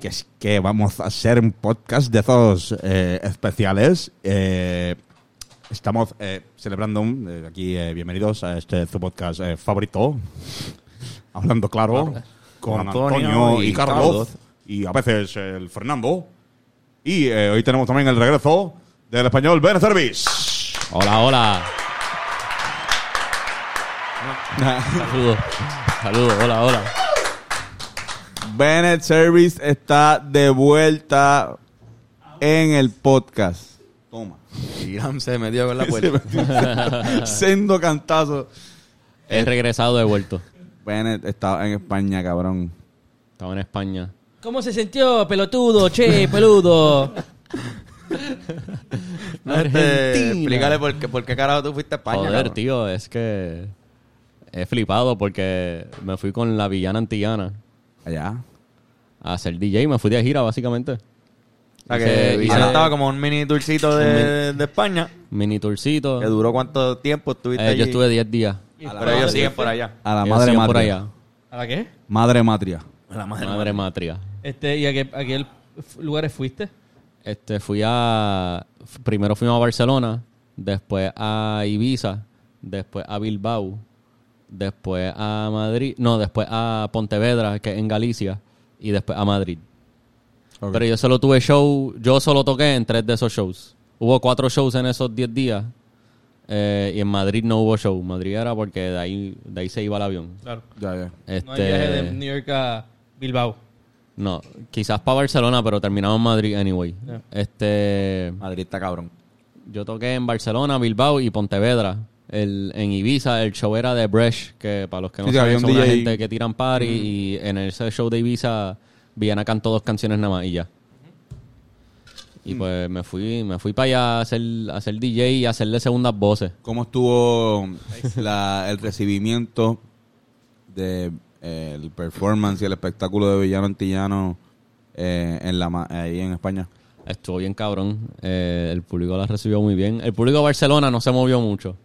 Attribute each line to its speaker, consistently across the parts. Speaker 1: que es que vamos a hacer un podcast de esos eh, especiales. Eh, estamos eh, celebrando un- eh, aquí, eh, bienvenidos a este su podcast eh, favorito, hablando claro, con Antonio,
Speaker 2: Antonio
Speaker 1: y,
Speaker 2: y
Speaker 1: Carlos,
Speaker 2: Carlos.
Speaker 1: y a veces el Fernando. Y eh, hoy tenemos también el regreso del español Ben Service.
Speaker 2: Hola, hola. Saludos. Saludos, hola, hola.
Speaker 3: Bennett Service está de vuelta en el podcast.
Speaker 1: Toma.
Speaker 3: Irán se metió con la puerta. Sendo cantazo.
Speaker 2: He regresado de vuelto.
Speaker 3: Bennett estaba en España, cabrón.
Speaker 2: Estaba en España.
Speaker 4: ¿Cómo se sintió, pelotudo? Che, peludo.
Speaker 2: Argentina.
Speaker 5: explícale por qué, por qué carajo tú fuiste a España.
Speaker 2: Joder,
Speaker 5: cabrón.
Speaker 2: tío, es que he flipado porque me fui con la villana antillana
Speaker 3: Allá.
Speaker 2: a ser DJ. Me fui de gira, básicamente.
Speaker 5: O sea,
Speaker 2: Hice-
Speaker 5: que
Speaker 2: hice-
Speaker 5: Villana estaba como un mini tourcito de, de España.
Speaker 2: Mini tourcito.
Speaker 5: ¿Que duró cuánto tiempo estuviste
Speaker 2: Eh,
Speaker 5: allí?
Speaker 2: yo estuve 10 días.
Speaker 5: Pero ellos siguen por allá.
Speaker 3: A la
Speaker 2: Ellos
Speaker 3: madre
Speaker 2: siguen
Speaker 3: matria.
Speaker 2: por allá.
Speaker 4: ¿A la qué?
Speaker 3: Madre matria.
Speaker 2: Madre matria.
Speaker 4: Este, ¿Y a qué, a qué f- lugares fuiste?
Speaker 2: Este, fui a. f- Primero fuimos a Barcelona, después a Ibiza, después a Bilbao, después a Madrid. No, después a Pontevedra, que es en Galicia, y después a Madrid.
Speaker 3: Ok.
Speaker 2: Pero yo solo tuve show, yo solo toqué en tres de esos shows. Hubo cuatro shows en esos diez días. eh, y en Madrid no hubo show. Madrid era porque de ahí, de ahí se iba el avión.
Speaker 4: Claro.
Speaker 3: Ya, ya.
Speaker 2: Este,
Speaker 4: No hay viaje de New York a Bilbao.
Speaker 2: no, quizás para Barcelona, pero terminamos en Madrid anyway.
Speaker 4: Yeah.
Speaker 2: Este,
Speaker 5: Madrid está cabrón.
Speaker 2: Yo toqué en Barcelona, Bilbao y Pontevedra. El, en Ibiza el show era de Bresh, que para los que no
Speaker 3: Sí, sí, había
Speaker 2: saben
Speaker 3: un
Speaker 2: son una
Speaker 3: DJ.
Speaker 2: gente que tiran party y en ese show de Ibiza Viana cantó dos canciones nada más y ya. Y pues me fui, me fui para allá a hacer, a hacer DJ y a hacerle segundas voces.
Speaker 3: ¿Cómo estuvo la- el recibimiento del el performance y el espectáculo de Villano Antillano eh, en la, ma- ahí en España?
Speaker 2: Estuvo bien cabrón. Eh, el público la recibió muy bien. El público de Barcelona no se movió mucho,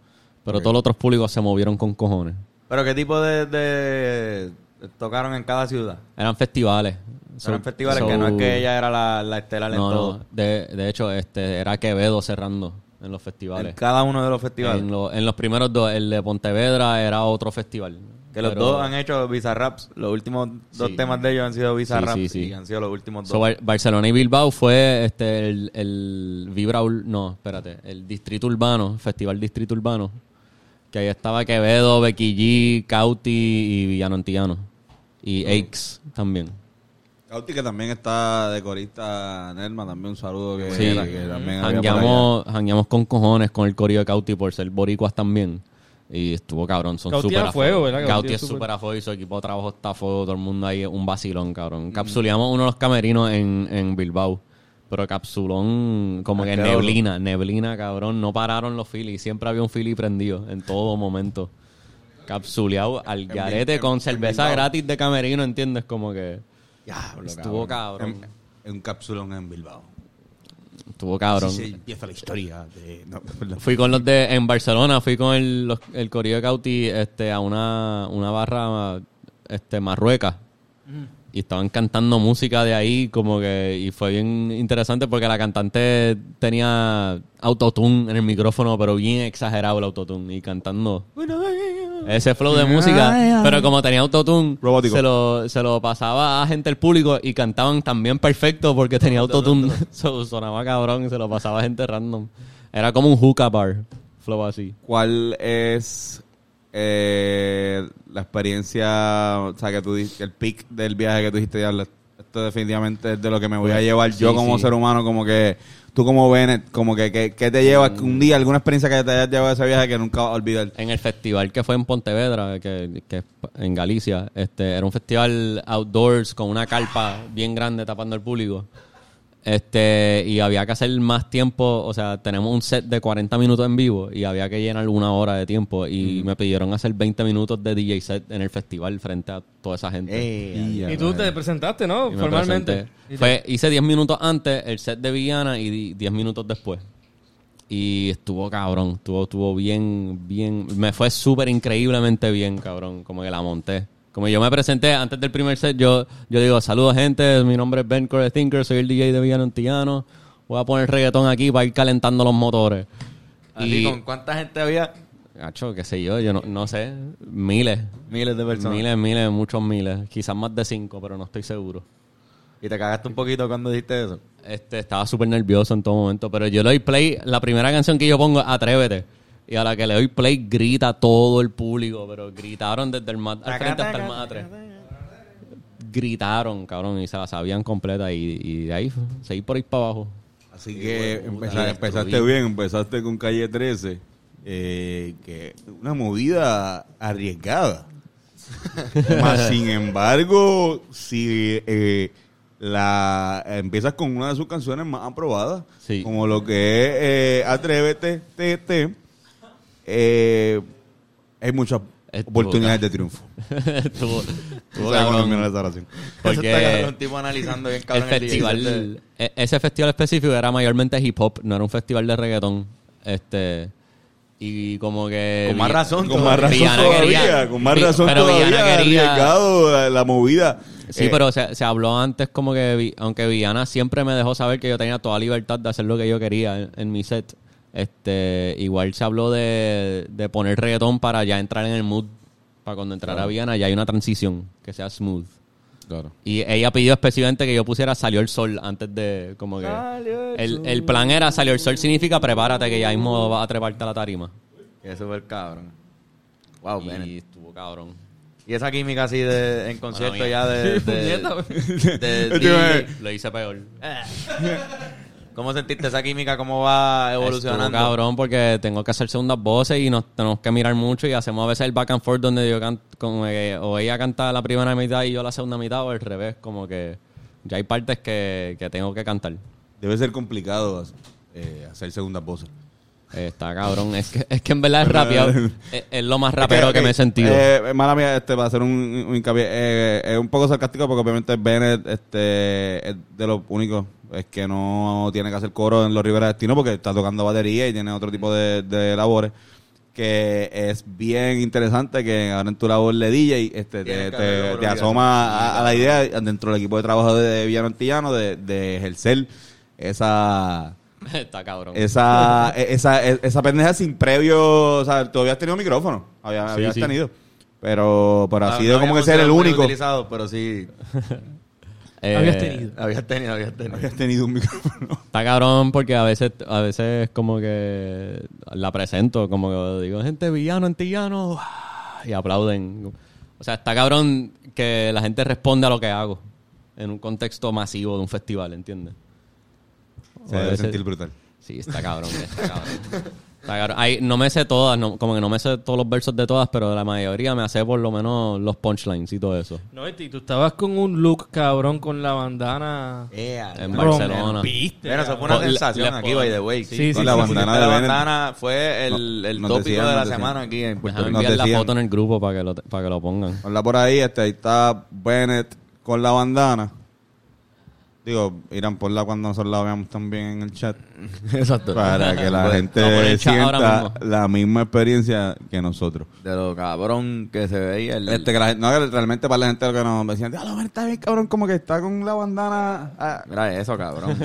Speaker 2: pero todos los otros públicos se movieron con cojones.
Speaker 5: ¿Pero qué tipo de, de- tocaron en cada ciudad?
Speaker 2: Eran festivales.
Speaker 5: Eran
Speaker 2: So-
Speaker 5: festivales
Speaker 2: so-
Speaker 5: que no es que ella era la, la estelar en
Speaker 2: No,
Speaker 5: todo.
Speaker 2: no. De, de hecho, este era Quevedo cerrando en los
Speaker 5: En
Speaker 2: festivales.
Speaker 5: cada uno de los festivales.
Speaker 2: En, lo- en los primeros dos, el de Pontevedra era otro festival.
Speaker 5: Que los
Speaker 2: Pero-
Speaker 5: dos han hecho Bizarraps. Los últimos dos
Speaker 2: Sí.
Speaker 5: temas de ellos han sido Bizarraps
Speaker 2: Sí, sí, sí.
Speaker 5: y han sido los últimos
Speaker 2: so,
Speaker 5: dos.
Speaker 2: Bar- Barcelona y Bilbao fue este el, el Vibra Ur- no, espérate, el Distrito Urbano, Festival Distrito Urbano, que ahí estaba Quevedo, Becky G, Cauti y Villano Antillano y Aix también.
Speaker 3: Cauti, que también está decorista Nerma, también un saludo que,
Speaker 2: Sí,
Speaker 3: que también había por allá.
Speaker 2: jangueamos, jangueamos con cojones con el corillo de Cauti por ser boricuas también. Y estuvo cabrón, son
Speaker 4: Cauti
Speaker 2: súper
Speaker 4: a fuego, ¿verdad? Cauti
Speaker 2: Cauti
Speaker 4: es
Speaker 2: es
Speaker 4: súper-
Speaker 2: súper a fuego y su equipo de trabajo está a fuego. Todo el mundo ahí es un vacilón,
Speaker 3: Mm.
Speaker 2: cabrón. Capsuleamos uno de los camerinos en, en Bilbao. Pero capsulón, como que
Speaker 5: quedó.
Speaker 2: neblina, neblina, cabrón. No pararon los Phillies. Siempre había un Philly prendido en todo momento. Capsuleado al garete con cerveza gratis de camerino, ¿entiendes? Como que
Speaker 3: Diablo,
Speaker 2: Estuvo cabrón.
Speaker 3: En, en un capsulón en Bilbao.
Speaker 2: estuvo cabrón.
Speaker 3: Sí, empieza la historia de... no, perdón.
Speaker 2: Fui con los de en Barcelona, fui con el, los- el corillo de Cauti este, a una, una barra este, marrueca. Y estaban cantando música de ahí, como que. Y fue bien interesante porque la cantante tenía autotune en el micrófono, pero bien exagerado el autotune. Y cantando ese flow de música. Pero como tenía autotune,
Speaker 3: Robótico.
Speaker 2: se lo, se lo pasaba a gente del público y cantaban también perfecto porque tenía autotune. So, sonaba cabrón y se lo pasaba a gente random. Era como un hookah bar, flow así.
Speaker 3: ¿Cuál es eh, la experiencia, o sea, que tú di- el pic del viaje que tú dijiste, diablo, esto definitivamente es de lo que me voy a llevar yo
Speaker 2: sí,
Speaker 3: como
Speaker 2: sí.
Speaker 3: ser humano, como que tú como Bennett, como que, que, que te llevas
Speaker 2: Mm.
Speaker 3: un día, alguna experiencia que te hayas llevado de ese viaje que nunca vas a olvidar?
Speaker 2: En el festival que fue en Pontevedra, que, que es en Galicia, este, era un festival outdoors con una carpa bien grande tapando al público. Este, y había que hacer más tiempo, o sea, tenemos un set de 40 minutos en vivo y había que llenar una hora de tiempo y me pidieron hacer 20 minutos de DJ set en el festival frente a toda esa gente.
Speaker 3: Ya,
Speaker 4: Y tú te presentaste, ¿no?
Speaker 2: Y me
Speaker 4: Formalmente.
Speaker 2: presenté.
Speaker 4: Y te-
Speaker 2: Fue- hice 10 minutos antes el set de Villana y di- 10 minutos después. Y estuvo cabrón, estuvo, estuvo bien, bien. Me fue súper increíblemente bien, cabrón. Como que la monté. Como yo me presenté antes del primer set, yo, yo digo, saludos gente, mi nombre es Ben Core Thinker, soy el DJ de Villano Antillano. Voy a poner reggaetón aquí para ir calentando los motores.
Speaker 5: ¿A ti
Speaker 2: Y-
Speaker 5: con cuánta gente había?
Speaker 2: Acho, qué sé yo, yo no, no sé. Miles.
Speaker 5: Miles de personas.
Speaker 2: Miles, miles, muchos miles. Quizás más de cinco, pero no estoy seguro.
Speaker 5: Y te cagaste un poquito cuando dijiste eso.
Speaker 2: Este, estaba súper nervioso en todo momento, pero yo le doy play. La primera canción que yo pongo es Atrévete. Y a la que le doy play, grita todo el público, pero gritaron desde el más al frente hasta el más atrás. Gritaron, cabrón, y se la sabían completa. Y, y de ahí seguí por ahí para abajo.
Speaker 3: Así que
Speaker 2: puta,
Speaker 3: empeza-
Speaker 2: la
Speaker 3: empezaste
Speaker 2: destruí.
Speaker 3: bien, empezaste con Calle 13. eh, que una movida arriesgada. Mas, sin embargo, si eh, la empiezas con una de sus canciones más aprobadas,
Speaker 2: Sí.
Speaker 3: como lo que es eh, Atrévete, te, te, eh, hay muchas
Speaker 2: Estuvo
Speaker 3: oportunidades de triunfo.
Speaker 2: Estuvo- estuvo
Speaker 3: O sea,
Speaker 2: cabrón.
Speaker 3: cuando viene la restauración.
Speaker 5: Porque
Speaker 2: Porque-
Speaker 5: un tipo analizando bien
Speaker 2: El
Speaker 5: cabrón el DJ.
Speaker 2: festival, e- ese festival específico era mayormente hip hop, no era un festival de reggaetón. Este, y como que.
Speaker 5: Con más razón,
Speaker 3: Con más razón
Speaker 2: Rihanna
Speaker 3: todavía,
Speaker 2: quería-
Speaker 3: con más
Speaker 2: Ri-
Speaker 3: razón
Speaker 2: pero Rihanna
Speaker 3: todavía,
Speaker 2: quería-
Speaker 3: arriesgado la, la movida.
Speaker 2: Sí,
Speaker 3: Eh,
Speaker 2: pero se, se habló antes como que, Vi- aunque Viana siempre me dejó saber que yo tenía toda libertad de hacer lo que yo quería en, en mi set, este, igual se habló de, de poner reggaetón para ya entrar en el mood, para cuando entrara Viana ya hay una transición que sea smooth.
Speaker 3: Claro.
Speaker 2: Y ella pidió específicamente que yo pusiera Salió el Sol antes de, como que... El, el plan era Salió el Sol significa prepárate que ya mismo vas a treparte a la tarima.
Speaker 5: Que es súper cabrón.
Speaker 3: Oh,
Speaker 5: Wow,
Speaker 2: y
Speaker 5: Bennett.
Speaker 2: estuvo cabrón.
Speaker 5: Y esa química así de, en concierto
Speaker 2: mía.
Speaker 5: ya de... de- de-
Speaker 3: Yo te iba a
Speaker 5: de-
Speaker 3: decir.
Speaker 2: Lo hice peor.
Speaker 5: ¿Cómo sentiste esa química? ¿Cómo va evolucionando?
Speaker 2: Estuvo cabrón, porque tengo que hacer segundas voces y nos tenemos que mirar mucho y hacemos a veces el back and forth donde yo canto, o ella canta la primera mitad y yo la segunda mitad, o al revés, como que ya hay partes que, que tengo que cantar.
Speaker 3: Debe ser complicado eh, hacer segunda voces.
Speaker 2: Eh, Está cabrón, es que, es que en verdad es rapeado, es, es lo más rapero que me he sentido.
Speaker 3: Eh, mala mía, este va a ser un, un hincapié. eh, es un poco sarcástico porque obviamente Bennett este, es de los únicos es que no tiene que hacer coro en los Rivera Destino porque está tocando batería y tiene otro tipo de, de labores. Que es bien interesante que ahora en tu labor de DJ este,
Speaker 5: Tienes
Speaker 3: te,
Speaker 5: que
Speaker 3: te-
Speaker 5: hacerlo por
Speaker 3: te
Speaker 5: un
Speaker 3: asoma a, a la idea dentro del equipo de trabajo de Villano Antillano de, de ejercer esa
Speaker 2: Está cabrón.
Speaker 3: esa, e- esa, e- esa pendeja sin previo. O sea, todavía has tenido micrófono. Había, habías
Speaker 2: sí.
Speaker 3: tenido. Pero, pero ha
Speaker 5: No,
Speaker 3: sido
Speaker 5: no
Speaker 3: como que
Speaker 5: habíamos
Speaker 3: ser el
Speaker 5: sido muy
Speaker 3: único.
Speaker 5: utilizados, pero sí.
Speaker 2: Eh,
Speaker 4: Habías tenido.
Speaker 5: Habías tenido, habías tenido. Eh,
Speaker 3: Habías tenido un micrófono.
Speaker 2: Está cabrón porque a veces, a veces como que la presento, como que digo, gente villano, antillano, y aplauden. O sea, está cabrón que la gente responde a lo que hago en un contexto masivo de un festival, ¿entiendes? O
Speaker 3: Se
Speaker 2: a
Speaker 3: debe
Speaker 2: veces-
Speaker 3: sentir brutal.
Speaker 2: Sí, está cabrón, está cabrón. Está cabrón. Ay, no me sé todas, no- como que no me sé todos los versos de todas, pero la mayoría me hace por lo menos los punchlines y todo eso.
Speaker 4: No, y tú estabas con un look cabrón con la bandana.
Speaker 5: eh,
Speaker 2: En Barcelona.
Speaker 4: Rompiste,
Speaker 5: Bueno, eso fue
Speaker 2: cabrón.
Speaker 5: una sensación
Speaker 2: Le-
Speaker 5: aquí,
Speaker 2: le-
Speaker 5: by the way.
Speaker 4: Sí, sí,
Speaker 5: Cuando
Speaker 4: sí,
Speaker 5: pusiste
Speaker 3: sí. La
Speaker 5: la
Speaker 3: bandana de
Speaker 5: bandana fue el,
Speaker 3: No-
Speaker 5: el
Speaker 3: nos
Speaker 5: tópico
Speaker 3: decían,
Speaker 5: de la
Speaker 3: nos
Speaker 5: semana
Speaker 3: decían.
Speaker 5: aquí en Puerto
Speaker 2: Déjame
Speaker 3: Pues Nos
Speaker 2: enviar la
Speaker 3: decían-
Speaker 2: foto en el grupo para que lo, para que lo pongan.
Speaker 3: Ponla por ahí. Este, ahí está Bennett con la bandana. Digo, irán por la cuando nosotros la veamos también en el chat. Exacto. Pues, Para que la
Speaker 2: vamos
Speaker 5: Bueno,
Speaker 2: a poner
Speaker 3: gente
Speaker 2: el chat ahora
Speaker 3: sienta
Speaker 2: mismo.
Speaker 3: la misma experiencia que nosotros.
Speaker 5: De lo cabrón que se veía. El,
Speaker 3: Este, que la gente- no, que realmente para la gente que nos decían, "Diablo, Bennett está bien cabrón, como que está con la bandana ah,
Speaker 5: Mira eso, cabrón.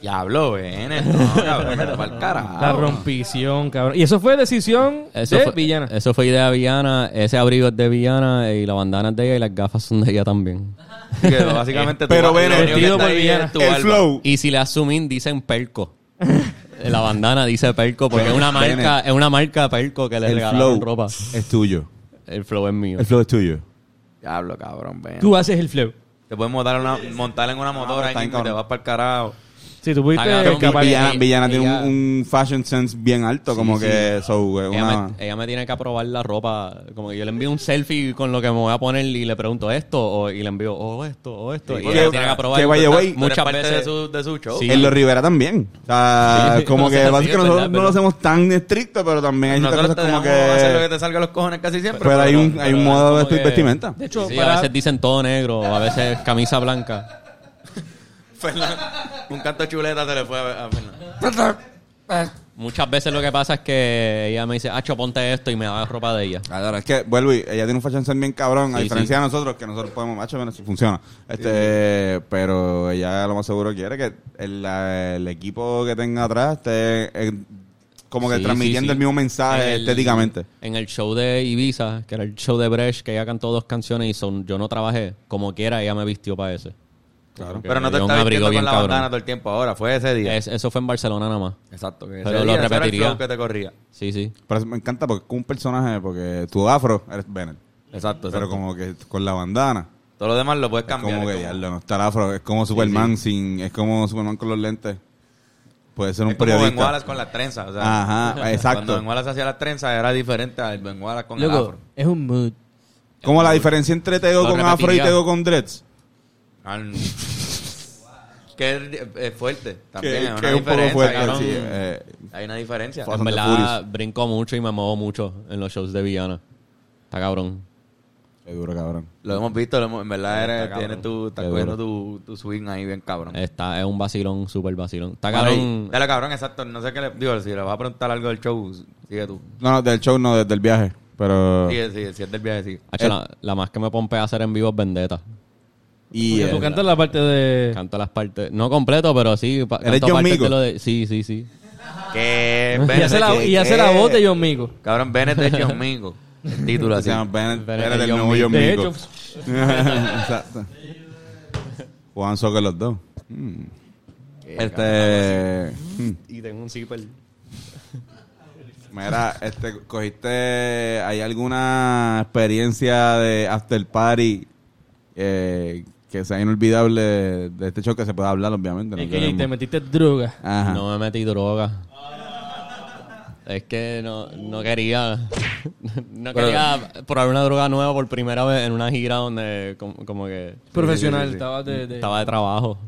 Speaker 5: Diablo, ven. No, cabrón, vete pa'l carajo.
Speaker 4: La rompición, cabrón. Y eso fue decisión
Speaker 2: Eso
Speaker 4: de
Speaker 2: fue, eh,
Speaker 4: Villana.
Speaker 2: Eso fue idea de Villana. Ese abrigo es de Villana y la bandana es de ella y las gafas son de ella también.
Speaker 5: Así que básicamente tú
Speaker 3: Pero
Speaker 5: vas-
Speaker 3: ven,
Speaker 5: lo único que
Speaker 4: vestido
Speaker 5: está
Speaker 4: por
Speaker 5: ahí
Speaker 4: villana.
Speaker 5: es tu
Speaker 3: el
Speaker 5: barba.
Speaker 3: flow.
Speaker 2: Y si le asumen, dicen Perco. La bandana dice Perco porque es una
Speaker 3: Bennett.
Speaker 2: marca, es una marca Perco que le
Speaker 3: el
Speaker 2: regalaron
Speaker 3: flow
Speaker 2: ropa.
Speaker 3: es tuyo.
Speaker 2: El flow es mío.
Speaker 3: El flow es tuyo.
Speaker 5: Diablo, cabrón,
Speaker 2: eh.
Speaker 5: ven.
Speaker 4: Tú haces el flow.
Speaker 5: Te puedes montar, en una- montar en una motora ahí
Speaker 3: está
Speaker 5: mismo y te
Speaker 3: cabrón.
Speaker 5: vas para el carajo.
Speaker 4: Sí, tú pudiste
Speaker 2: Agarró un
Speaker 4: escapar.
Speaker 2: billete.
Speaker 3: Villana, Villana
Speaker 2: ella-
Speaker 3: tiene un,
Speaker 2: ella-
Speaker 3: un fashion sense bien alto, como
Speaker 2: sí.
Speaker 3: que so, eh,
Speaker 2: Ella
Speaker 3: una,
Speaker 2: me, ella me tiene que aprobar la ropa. Como que yo le envío un selfie con lo que me voy a poner y le pregunto esto o- y le envío o esto o esto.
Speaker 5: Sí,
Speaker 2: y
Speaker 5: porque-
Speaker 2: ella tiene que aprobar.
Speaker 3: que by the way,
Speaker 5: Tú eres
Speaker 2: muchas
Speaker 5: parte
Speaker 2: veces
Speaker 5: de su, de su show.
Speaker 2: Sí.
Speaker 3: en los Rivera también. O sea,
Speaker 2: Sí.
Speaker 3: como
Speaker 2: O
Speaker 3: que
Speaker 2: sea, sí,
Speaker 3: básicamente
Speaker 2: es verdad,
Speaker 3: nosotros
Speaker 2: es
Speaker 3: no lo
Speaker 2: verdad.
Speaker 3: hacemos tan estricto, pero también hay otras cosas
Speaker 5: Nosotros te
Speaker 3: como
Speaker 5: dejamos
Speaker 3: que
Speaker 5: hacer lo que te salga a los cojones casi siempre.
Speaker 3: pero hay un hay un modo de
Speaker 2: como que-
Speaker 3: vestimenta.
Speaker 4: De hecho,
Speaker 2: Sí,
Speaker 4: para-
Speaker 2: a veces dicen todo negro, o a veces camisa blanca.
Speaker 5: Fernan- un canto de chuleta se le fue a, a Fernan.
Speaker 2: Muchas veces lo que pasa es que ella me dice, Acho, ponte esto y me da ropa de ella.
Speaker 3: Ahora, es que, vuelvo, y ella tiene un fashion sense bien cabrón, a
Speaker 2: Sí,
Speaker 3: diferencia
Speaker 2: sí.
Speaker 3: de nosotros, que nosotros podemos, macho, bueno, si funciona. Este, pero ella lo más seguro quiere que el, la- el equipo que tenga atrás esté eh, como que
Speaker 2: Sí,
Speaker 3: transmitiendo
Speaker 2: sí, sí.
Speaker 3: el mismo mensaje
Speaker 2: En el-
Speaker 3: estéticamente.
Speaker 2: En el show de Ibiza, que era el show de Bresh, que ella cantó dos canciones y son, yo no trabajé. Como quiera, ella me vistió para ese.
Speaker 3: Claro.
Speaker 5: Pero no te
Speaker 2: Lleva un
Speaker 5: estás
Speaker 2: abrigo
Speaker 5: vistiendo
Speaker 2: bien
Speaker 5: con la
Speaker 2: cabrón.
Speaker 5: bandana todo el tiempo ahora. Fue ese día.
Speaker 2: Es- eso fue en Barcelona nada más.
Speaker 5: Exacto. Que
Speaker 2: Pero
Speaker 5: ese
Speaker 2: lo
Speaker 5: día, ese era el
Speaker 2: repetiría.
Speaker 5: flow que te corría.
Speaker 2: Sí, sí.
Speaker 3: Pero me encanta porque es como un personaje, porque tu afro eres Bennett.
Speaker 5: Exacto,
Speaker 3: Pero
Speaker 5: exacto.
Speaker 3: como que con la bandana.
Speaker 5: Todo lo demás lo puedes
Speaker 3: Es
Speaker 5: cambiar.
Speaker 3: como que
Speaker 5: es como-
Speaker 3: diablo, no está el afro. Es como Superman sin. Es como Superman con los lentes. Puede ser un
Speaker 5: es como Ben
Speaker 3: periodista.
Speaker 5: Wallace con las trenzas. o sea,
Speaker 3: Ajá,
Speaker 5: Cuando
Speaker 3: exacto.
Speaker 5: Ben Wallace hacía las trenzas era diferente al Ben Wallace con el
Speaker 4: Loco,
Speaker 5: afro.
Speaker 4: es un mood.
Speaker 3: Como la diferencia entre Tego
Speaker 2: Lo
Speaker 3: con afro y
Speaker 2: repetiría.
Speaker 3: Tego con dreads.
Speaker 5: Al- que es, es fuerte también.
Speaker 3: Que,
Speaker 5: es una
Speaker 3: que es un poco
Speaker 5: diferencia,
Speaker 3: fuerte.
Speaker 5: cabrón.
Speaker 3: sí, eh,
Speaker 5: Hay una diferencia.
Speaker 3: Fast
Speaker 2: en
Speaker 3: and the
Speaker 2: verdad, brinco mucho y me muevo mucho en los shows de Villana. Está cabrón.
Speaker 3: qué duro, cabrón.
Speaker 5: Lo hemos visto, lo hemos- en verdad
Speaker 2: Está
Speaker 5: eres-
Speaker 2: cabrón.
Speaker 5: tienes tu, estás
Speaker 3: Qué
Speaker 5: cogiendo tu, tu swing ahí bien cabrón.
Speaker 4: Eh,
Speaker 2: Está, es un vacilón, súper vacilón. Está
Speaker 5: Bueno,
Speaker 2: cabrón.
Speaker 5: y- Dale cabrón, exacto. No sé qué le digo, si le vas a preguntar algo del show, sigue tú.
Speaker 3: No, no, del show no, desde el viaje. Pero.
Speaker 5: Sigue, sigue, si es del viaje, sigue.
Speaker 2: Hacho, la, la más que me pompea hacer en vivo es Vendetta.
Speaker 3: Y.
Speaker 4: Porque tú
Speaker 3: eh,
Speaker 4: cantas la parte de.
Speaker 2: Canto las partes, no completo, pero sí. pa-
Speaker 3: ¿Eres
Speaker 2: canto
Speaker 3: John
Speaker 2: partes
Speaker 3: Migo?
Speaker 2: de lo de- Sí, sí, sí.
Speaker 5: Que
Speaker 4: Y hace la, y hace la voz de John Migo.
Speaker 5: Cabrón, Bennett de John Mingo. El título
Speaker 3: se
Speaker 5: así.
Speaker 3: llama Bennett,
Speaker 2: Bennett
Speaker 3: era
Speaker 2: de
Speaker 3: del
Speaker 2: John
Speaker 3: nuevo
Speaker 2: Migo.
Speaker 3: John
Speaker 4: De
Speaker 3: Migo.
Speaker 4: hecho,
Speaker 3: Exacto. Juan Soccer los dos. Mm. Este. mm.
Speaker 2: Y tengo un zipper.
Speaker 3: Mira, este, cogiste. ¿Hay alguna experiencia de after party eh, que sea inolvidable de, de este show que se pueda hablar, obviamente? no
Speaker 4: es que
Speaker 3: queremos-
Speaker 4: te metiste droga.
Speaker 3: Ajá.
Speaker 2: No me metí droga. Es que no, no quería. No quería probar una droga nueva por primera vez en una gira donde, com- como, que.
Speaker 4: Profesional, estaba de. de-
Speaker 2: Estaba de trabajo.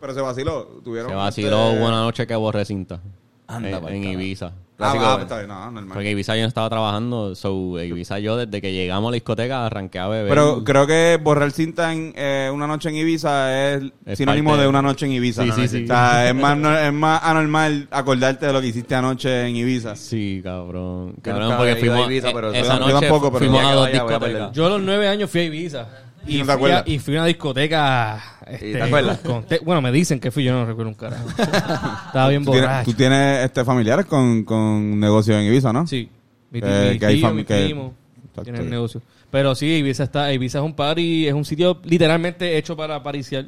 Speaker 3: Pero se vaciló. Tuvieron
Speaker 2: Se vaciló
Speaker 3: este-
Speaker 2: una noche que borré cinta.
Speaker 5: Anda
Speaker 2: En-
Speaker 5: pa'l
Speaker 2: en
Speaker 5: carajo.
Speaker 2: Ibiza.
Speaker 3: Ah,
Speaker 5: Clásico,
Speaker 3: ah,
Speaker 5: eh.
Speaker 3: está bien, no, normal.
Speaker 2: Porque Ibiza yo no estaba trabajando, so Ibiza yo desde que llegamos a la discoteca arranqué a beber.
Speaker 3: Pero creo que borrar cinta en eh, una noche en Ibiza es,
Speaker 2: Es
Speaker 3: sinónimo
Speaker 2: parte
Speaker 3: de
Speaker 2: de-
Speaker 3: una noche en Ibiza.
Speaker 2: Sí,
Speaker 3: ¿no?
Speaker 2: sí, sí.
Speaker 3: O sea, es más, no- es más anormal acordarte de lo que hiciste anoche en Ibiza.
Speaker 2: Sí, cabrón.
Speaker 5: Yo
Speaker 2: Cabrón,
Speaker 5: nunca
Speaker 2: porque
Speaker 5: había ido a
Speaker 2: fuimos.
Speaker 5: Ibiza,
Speaker 2: eh,
Speaker 5: pero yo
Speaker 2: esa
Speaker 5: tam-
Speaker 3: yo
Speaker 2: noche
Speaker 3: tampoco, pero
Speaker 2: fuimos
Speaker 5: el día
Speaker 2: a dos
Speaker 5: que vaya voy a
Speaker 2: discotecas.
Speaker 5: perder.
Speaker 4: Yo a los nueve años fui a Ibiza.
Speaker 3: ¿Y no te
Speaker 4: fui a-
Speaker 3: acuerdas?
Speaker 4: y fui a una discoteca.
Speaker 5: ¿Y
Speaker 4: este,
Speaker 5: te acuerdas?
Speaker 4: con te- bueno, me dicen que fui, yo no recuerdo un carajo. Estaba bien
Speaker 3: ¿Tú tienes,
Speaker 4: borracho.
Speaker 3: tú tienes, este, familiares con, con negocios en Ibiza, ¿no?
Speaker 4: Sí. Mi, tío,
Speaker 3: Eh,
Speaker 4: mi
Speaker 3: que hay
Speaker 4: tío,
Speaker 3: fam-
Speaker 4: mi
Speaker 3: que-
Speaker 4: primo.
Speaker 3: Exacto.
Speaker 4: Tienen el negocio. Pero sí, Ibiza está, Ibiza es un party, es un sitio literalmente hecho para pariciar.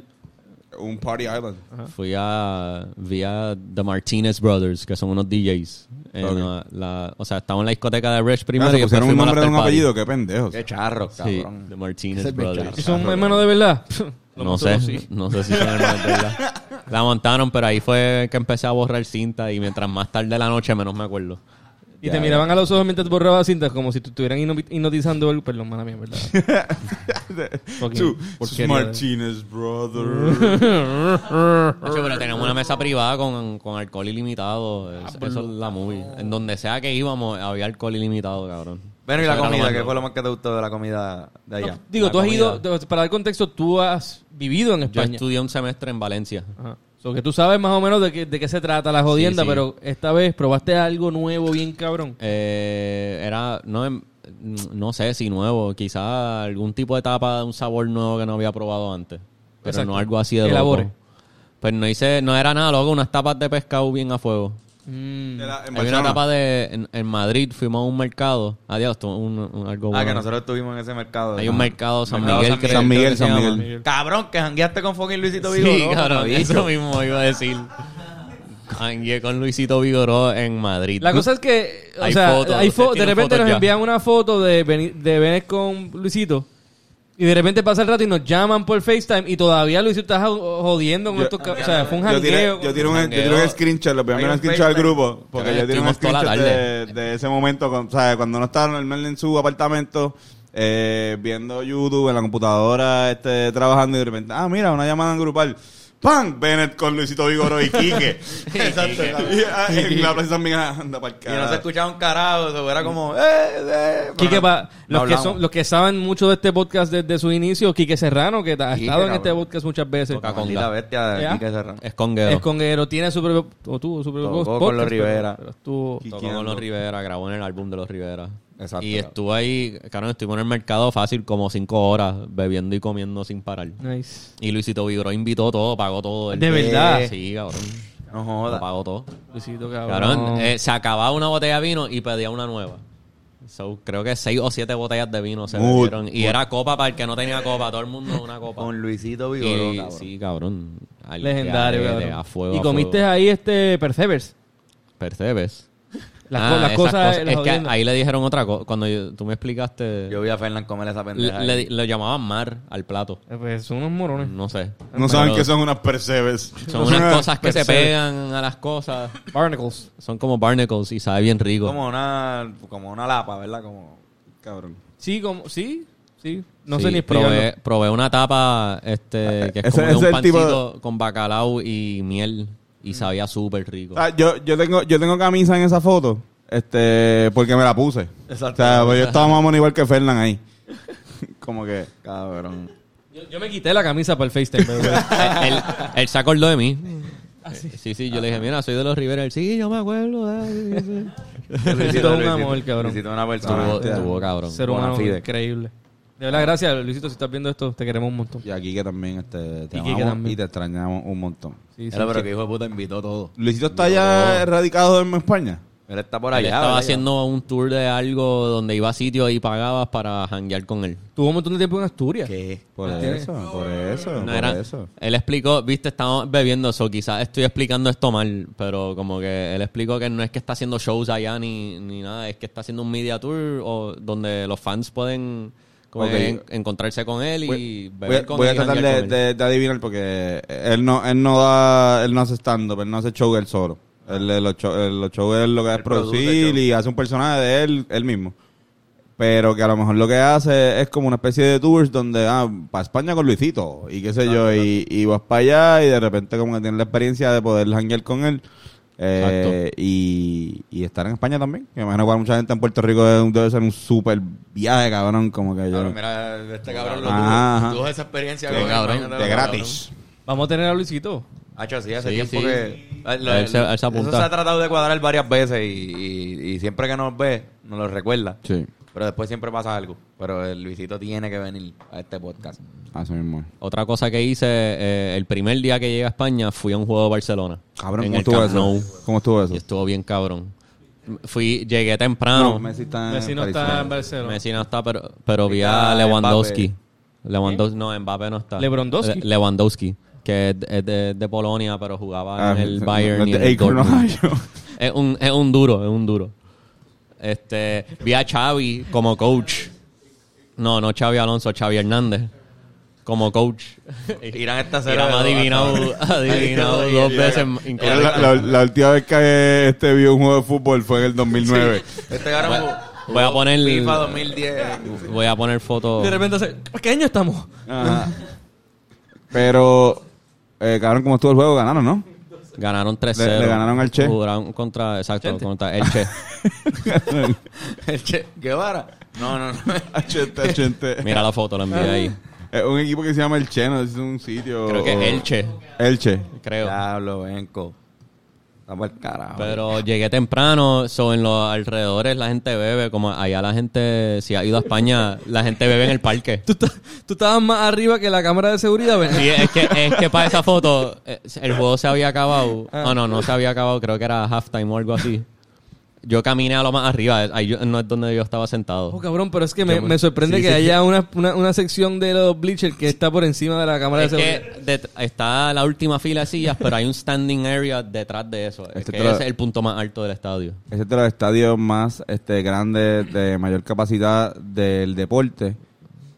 Speaker 3: Un party island.
Speaker 2: Fui a. Vi a The Martinez Brothers, que son unos DJs. En
Speaker 3: Ok.
Speaker 2: la- la- o sea, estaba en la discoteca de Rich primero.
Speaker 3: Claro, se
Speaker 2: y después
Speaker 3: pusieron un
Speaker 2: fuimos al
Speaker 3: nombre de un
Speaker 2: after
Speaker 3: apellido, qué pendejos.
Speaker 5: Qué charro,
Speaker 2: party. Sí,
Speaker 5: cabrón.
Speaker 2: The Martinez Brothers.
Speaker 4: ¿Son hermanos de verdad? Lo
Speaker 2: No
Speaker 4: más
Speaker 2: sé,
Speaker 4: seguro sí.
Speaker 2: no sé si son hermanos, ¿verdad? La montaron, pero ahí fue que empecé a borrar cinta y mientras más tarde la noche menos me acuerdo.
Speaker 4: Y te miraban a los ojos mientras te borrabas cintas como si te estuvieran hipno- hipnotizando algo. Perdón, mala mía, en ¿verdad? Fucking
Speaker 3: Tú,
Speaker 4: porquería de-
Speaker 3: Martínez, brother.
Speaker 2: Nacho, pero tenemos una mesa privada con, con alcohol ilimitado. Es- eso es la movie. En donde sea que íbamos, había alcohol ilimitado, cabrón.
Speaker 5: Bueno, y
Speaker 2: Eso
Speaker 5: la
Speaker 2: era lo
Speaker 5: comida,
Speaker 2: más
Speaker 5: ¿qué fue
Speaker 2: loco.
Speaker 5: lo más que te gustó de la comida de allá?
Speaker 4: Digo,
Speaker 5: La
Speaker 4: tú has ido,
Speaker 5: comida.
Speaker 4: te- para dar contexto, tú has vivido en
Speaker 2: Yo
Speaker 4: España.
Speaker 2: Pues estudié un semestre en Valencia.
Speaker 4: Ajá. So que tú sabes más o menos de qué, de qué se trata la jodienda,
Speaker 2: Sí, sí.
Speaker 4: pero esta vez probaste algo nuevo, bien cabrón.
Speaker 2: Eh, era, no, em- no sé si nuevo, quizás algún tipo de tapa de un sabor nuevo que no había probado antes. Pero
Speaker 4: Exacto.
Speaker 2: no algo así de
Speaker 4: Elabore.
Speaker 2: loco. Pues no hice, no era nada loco, unas tapas de pescado bien a fuego.
Speaker 4: Mm.
Speaker 3: En
Speaker 2: Había una
Speaker 3: Barcelona.
Speaker 2: tapa de, en, en Madrid fuimos a un mercado. Adiós, esto, un, un- algo
Speaker 5: Ah,
Speaker 2: bueno.
Speaker 5: que nosotros estuvimos en ese mercado.
Speaker 2: Hay un
Speaker 5: Ajá.
Speaker 2: mercado San
Speaker 5: Mercado
Speaker 2: Miguel.
Speaker 5: San
Speaker 2: creo-
Speaker 5: Miguel.
Speaker 3: San Miguel,
Speaker 2: creo que se
Speaker 3: San
Speaker 2: llama.
Speaker 3: Miguel.
Speaker 5: Cabrón, que jangueaste con fucking Luisito
Speaker 2: Sí,
Speaker 5: Vigo. ¿no?
Speaker 2: cabrón,
Speaker 5: Mamabicho.
Speaker 2: eso mismo iba a decir. Hangué con Luisito Vigoró en Madrid.
Speaker 4: La cosa es que, o
Speaker 2: Hay
Speaker 4: sea,
Speaker 2: fotos,
Speaker 4: hay fo-
Speaker 2: ustedes
Speaker 4: de
Speaker 2: tienen
Speaker 4: repente
Speaker 2: fotos
Speaker 4: nos
Speaker 2: ya.
Speaker 4: envían una foto de, Beni- de Benes con Luisito. Y de repente pasa el rato y nos llaman por FaceTime y todavía Luisito está jo- jodiendo con
Speaker 3: Yo-
Speaker 4: estos... ca- O sea, fue un
Speaker 3: Yo tiré,
Speaker 4: jangueo.
Speaker 3: yo, tiré un, yo
Speaker 2: Jangueo.
Speaker 3: tiré un screenshot, lo primero
Speaker 5: Hay
Speaker 3: un
Speaker 5: un
Speaker 3: screenshot al
Speaker 5: FaceTime.
Speaker 3: grupo, porque
Speaker 2: Creo
Speaker 3: yo
Speaker 2: que
Speaker 3: tiré un
Speaker 2: estuvimos toda la
Speaker 3: screenshot de, de ese momento, con, ¿sabes? Cuando no estaba normal en su apartamento, eh, viendo YouTube en la computadora, este, trabajando y de repente, ah, mira, una llamada en grupal. ¡Pam! Bennett con Luisito Vigoro y Quique.
Speaker 5: Exacto.
Speaker 3: Y, ah, en la plaza también anda para el
Speaker 5: Y no se escuchaba un carajo, eso era como, eh, eh.
Speaker 4: Quique,
Speaker 5: pero no,
Speaker 4: pa-
Speaker 5: no
Speaker 4: los, que
Speaker 5: hablamos.
Speaker 4: son, los que saben mucho de este podcast desde su inicio, Quique Serrano, que ha
Speaker 5: Quique,
Speaker 4: estado en este
Speaker 5: cabrón.
Speaker 4: podcast muchas veces.
Speaker 2: Toca
Speaker 5: Maldita
Speaker 2: Conga.
Speaker 5: bestia de
Speaker 4: ¿Ya?
Speaker 5: Quique Serrano.
Speaker 2: Es conguero.
Speaker 4: Es conguero, tiene su propio, o tuvo su propio
Speaker 5: Tocó
Speaker 4: podcast,
Speaker 5: con los
Speaker 4: pero-
Speaker 5: Rivera.
Speaker 4: pero estuvo-
Speaker 2: Tocó con los Rivera, grabó en el álbum de los Rivera.
Speaker 5: Exacto,
Speaker 2: Y
Speaker 5: cabrón.
Speaker 2: estuvo ahí, cabrón, estuvo en el mercado fácil como cinco horas, bebiendo y comiendo sin parar.
Speaker 4: Nice.
Speaker 2: Y Luisito Vigoró invitó todo, pagó todo. Eh,
Speaker 4: ¿De verdad?
Speaker 2: Sí, cabrón.
Speaker 5: No
Speaker 2: Lo
Speaker 5: joda.
Speaker 2: pagó todo.
Speaker 4: Luisito, cabrón.
Speaker 2: Cabrón, eh, se acababa una botella de vino y pedía una nueva. So, creo que seis o siete botellas de vino se
Speaker 3: Muy-
Speaker 2: bebieron. Y era copa para el que no tenía copa, todo el mundo una copa.
Speaker 5: Con Luisito
Speaker 2: Y-
Speaker 5: Vigoró, cabrón.
Speaker 2: Sí, cabrón. Al-
Speaker 4: Legendario,
Speaker 2: de- de-
Speaker 4: cabrón.
Speaker 2: a fuego,
Speaker 4: y
Speaker 2: a
Speaker 4: comiste
Speaker 2: fuego.
Speaker 4: ahí este Perseverance.
Speaker 2: Percebes.
Speaker 4: Las,
Speaker 2: Ah,
Speaker 4: co- las
Speaker 2: esas
Speaker 4: cosas,
Speaker 2: cosas.
Speaker 4: las
Speaker 2: Es que
Speaker 4: jodiendas.
Speaker 2: ahí le dijeron otra cosa. Cuando yo- tú me explicaste,
Speaker 5: Yo vi a Fernán comer esa pendeja.
Speaker 2: le,
Speaker 5: ahí.
Speaker 2: le- lo llamaban mar al plato.
Speaker 4: Eh, Pues son unos morones.
Speaker 2: No sé.
Speaker 3: No saben que son unas percebes.
Speaker 2: Son unas cosas que se
Speaker 4: Percebes.
Speaker 2: pegan a las cosas.
Speaker 4: Barnacles.
Speaker 2: Son como barnacles y sabe bien rico.
Speaker 5: Como una, como una lapa, ¿verdad? Como...
Speaker 3: Cabrón.
Speaker 4: Sí, como, sí, sí. No
Speaker 2: Sí,
Speaker 4: sé ni explicarlo.
Speaker 2: probé, probé una tapa este, que es
Speaker 3: Eh, Ese-
Speaker 2: como de
Speaker 3: ese
Speaker 2: un
Speaker 3: es el tipo
Speaker 2: pancito con bacalao y miel y sabía súper rico.
Speaker 3: O sea, Ah, yo, yo, tengo, yo tengo camisa en esa foto este, porque me la puse.
Speaker 5: Exacto.
Speaker 3: O sea, pues yo estaba más o menos igual que Fernán ahí. Como que,
Speaker 5: Cabrón.
Speaker 4: Yo, yo me quité la camisa para el FaceTime. pues, by the way.
Speaker 2: él, él- él se acordó de mí.
Speaker 4: Ah,
Speaker 2: sí? sí, yo le dije, mira, soy de los Rivera. Él, sí, yo me acuerdo. de- de- de-
Speaker 4: Luisito es un amor, cabrón.
Speaker 5: Luisito es una persona.
Speaker 2: Estuvo, estuvo cabrón.
Speaker 4: Ser humano
Speaker 5: Bonafide.
Speaker 4: increíble. De verdad, gracias, Luisito, si estás viendo esto, te queremos un montón.
Speaker 3: y aquí que también este, te
Speaker 4: Y Quique
Speaker 3: amamos
Speaker 4: también.
Speaker 3: y te extrañamos un montón.
Speaker 4: Sí, sí,
Speaker 5: Era, pero
Speaker 4: sí.
Speaker 5: que hijo de puta invitó todo.
Speaker 3: Luisito está ya radicado en España.
Speaker 5: Él está por
Speaker 2: Él
Speaker 3: Ah,
Speaker 5: allá.
Speaker 2: estaba
Speaker 5: ¿verdad?
Speaker 2: haciendo un tour de algo donde iba a sitios y pagabas para janguear con él.
Speaker 4: Tuvo un montón de tiempo en Asturias.
Speaker 5: ¿Qué?
Speaker 3: Por eso, por eso,
Speaker 2: No
Speaker 3: por
Speaker 2: era-
Speaker 3: eso.
Speaker 2: él explicó, viste, estamos bebiendo eso, quizás estoy explicando esto mal, pero como que él explicó que no es que está haciendo shows allá ni, ni nada, es que está haciendo un media tour o donde los fans pueden como
Speaker 3: Ok.
Speaker 2: que en- encontrarse con él y
Speaker 3: Voy,
Speaker 2: beber
Speaker 3: voy-
Speaker 2: con
Speaker 3: voy a
Speaker 2: él y
Speaker 3: tratar
Speaker 2: janguear
Speaker 3: de,
Speaker 2: con él.
Speaker 3: de- de adivinar porque él no, él no da, él no hace stand-up, él no hace show él solo. Él, eh, los show- eh, los shows él lo que hace es
Speaker 5: produce
Speaker 3: producir
Speaker 5: show.
Speaker 3: y hace un personaje de él, él mismo. Pero que a lo mejor lo que hace es como una especie de tours donde, ah, para España con Luisito y qué sé yo, y, y vas para allá y de repente como que tienes la experiencia de poder hanguear con él. eh, y, y estar en España también. Que Me imagino que para mucha gente en Puerto Rico es un- debe ser un súper viaje, cabrón. Como que yo.
Speaker 5: Cabrón, mira, este cabrón lo
Speaker 3: Ajá,
Speaker 5: tuvo.
Speaker 3: ajá.
Speaker 5: Tuvo esa experiencia.
Speaker 2: Sí,
Speaker 5: con él,
Speaker 2: cabrón,
Speaker 5: imagínate,
Speaker 3: de gratis.
Speaker 4: Vamos a tener a Luisito.
Speaker 5: cabrón. Hacho, sí, hace
Speaker 2: Sí,
Speaker 5: tiempo
Speaker 2: sí.
Speaker 5: que...
Speaker 2: Él se- él se
Speaker 5: eso
Speaker 2: apunta.
Speaker 5: se ha tratado de cuadrar varias veces y, y- y siempre que nos ve, nos lo recuerda.
Speaker 3: Sí,
Speaker 5: Pero después siempre pasa algo. Pero el Luisito tiene que venir a este podcast.
Speaker 3: así mismo. es.
Speaker 2: Otra cosa que hice, eh, el primer día que llegué a España fui a un juego de Barcelona.
Speaker 3: Cabrón,
Speaker 2: en
Speaker 3: ¿cómo
Speaker 2: el
Speaker 3: estuvo
Speaker 2: Camp
Speaker 3: eso?
Speaker 2: Nou,
Speaker 3: ¿Cómo estuvo eso?
Speaker 2: Y estuvo bien cabrón. Fui, llegué temprano.
Speaker 3: Messi está
Speaker 4: Messi no está en Barcelona.
Speaker 2: Messi no está, pero, pero vi
Speaker 5: Está
Speaker 2: a Lewandowski.
Speaker 5: Mbappé.
Speaker 2: Lewandowski, no, Mbappé no está.
Speaker 4: Lebrondowski.
Speaker 2: Le- Lewandowski, que es de- es de, de Polonia, pero jugaba
Speaker 3: Ah,
Speaker 2: en el
Speaker 3: no,
Speaker 2: Bayern.
Speaker 3: no,
Speaker 2: y
Speaker 3: de
Speaker 2: en el
Speaker 3: Akron,
Speaker 2: Dortmund.
Speaker 3: Ohio.
Speaker 2: es, un, es un duro, es un duro. Este, vi a Xavi como coach. No, no Xavi Alonso, Xavi Hernández. Como coach.
Speaker 5: Irán está cero.
Speaker 2: Irán
Speaker 5: de
Speaker 2: ha
Speaker 5: dos,
Speaker 2: adivinado,
Speaker 5: cabrón.
Speaker 2: ha adivinado dos veces.
Speaker 3: Era la, la- la última vez que este vio un juego de fútbol fue en el 2009.
Speaker 5: Este cabrón jugó-
Speaker 2: Voy a
Speaker 5: jugó
Speaker 2: poner-
Speaker 5: FIFA 2010.
Speaker 2: Voy a poner fotos.
Speaker 4: De repente hace, "¿Para ¿qué año estamos?
Speaker 3: Ajá. Pero, eh, cabrón, ¿cómo estuvo el juego? Ganaron, ¿no?
Speaker 2: Ganaron 3-0.
Speaker 3: Le- le ganaron al Che.
Speaker 2: Jugaron contra, exacto, contra el Che.
Speaker 5: El Che Guevara. No, no, no.
Speaker 3: Achente, achente.
Speaker 2: Mira la foto, la envié ahí.
Speaker 3: Es un equipo que se llama El Che, no es un sitio.
Speaker 2: Creo que
Speaker 3: o-
Speaker 2: es Elche,
Speaker 3: Elche.
Speaker 2: creo.
Speaker 5: Diablo, Benco. Está por el carajo.
Speaker 2: Pero llegué temprano, so, en los alrededores la gente bebe, como allá la gente, si ha ido a España, la gente bebe en el parque.
Speaker 4: Tú, ta- tú estabas más arriba que la cámara de seguridad, ¿verdad?
Speaker 2: Sí, es que, es que para esa foto, eh, el juego se había acabado. No, no, no se había acabado, creo que era halftime o algo así. Yo caminé a lo más arriba, ahí yo- no es donde yo estaba
Speaker 4: Oh,
Speaker 2: sentado.
Speaker 4: cabrón, pero es que me,
Speaker 2: Yo me-
Speaker 4: me sorprende
Speaker 2: sí,
Speaker 4: que
Speaker 2: sí.
Speaker 4: haya una, una, una sección de los bleachers que está por encima de la cámara
Speaker 2: Es
Speaker 4: de seguridad.
Speaker 2: que det- está la última fila de sillas, pero hay un standing area detrás de eso. Es
Speaker 3: Este
Speaker 2: que
Speaker 3: te lo-
Speaker 2: ese es el punto más alto del estadio.
Speaker 3: Ese es de los estadios más este, grandes, de mayor capacidad del deporte.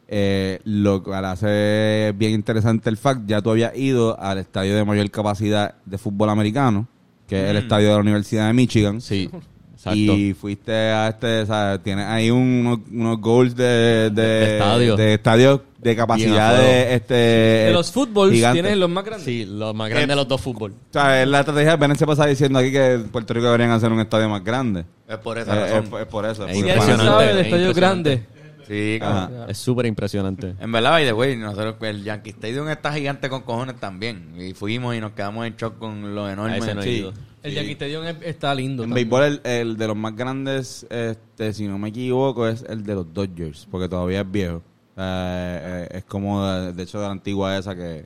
Speaker 3: Eh, lo cual hace bien interesante el fact, ya tú habías ido al estadio de mayor capacidad de fútbol americano, que es el estadio de la Universidad de Michigan.
Speaker 2: Mm. Sí, exacto.
Speaker 3: Y fuiste a este, o sea, tienes ahí un- unos, unos goals de, de,
Speaker 2: De estadio.
Speaker 3: de estadios de capacidad
Speaker 2: Bien, a
Speaker 3: de este
Speaker 4: De los fútbols
Speaker 3: gigante.
Speaker 4: tienes los más grandes.
Speaker 2: Sí, los más
Speaker 3: Eh,
Speaker 2: grandes de los dos fútbol.
Speaker 3: O sea, es la estrategia Benet se pasa diciendo aquí que en Puerto Rico deberían hacer un estadio más grande.
Speaker 5: Es por
Speaker 3: Es,
Speaker 5: esa razón.
Speaker 3: Eh, es- es por eso.
Speaker 2: Ahí
Speaker 3: es
Speaker 4: Si
Speaker 3: por-
Speaker 2: es
Speaker 4: alguien
Speaker 2: impresionante,
Speaker 4: sabe el
Speaker 2: es
Speaker 4: estadio
Speaker 2: impresionante.
Speaker 4: grande.
Speaker 5: sí,
Speaker 3: Ajá.
Speaker 5: cabrón.
Speaker 2: Es súper impresionante.
Speaker 3: Eh,
Speaker 5: En verdad, by the way, nosotros, el Yankee Stadium está gigante con cojones también. Y fuimos y nos quedamos en shock con lo enorme.
Speaker 2: A ese no he
Speaker 5: Sí.
Speaker 2: ido.
Speaker 4: El Yankee Stadium es- está lindo.
Speaker 3: En
Speaker 4: también.
Speaker 3: béisbol, el, el de los más grandes, este, si no me equivoco, es el de los Dodgers, porque todavía es viejo. Eh, eh, es como, de, de hecho, de la antigua esa que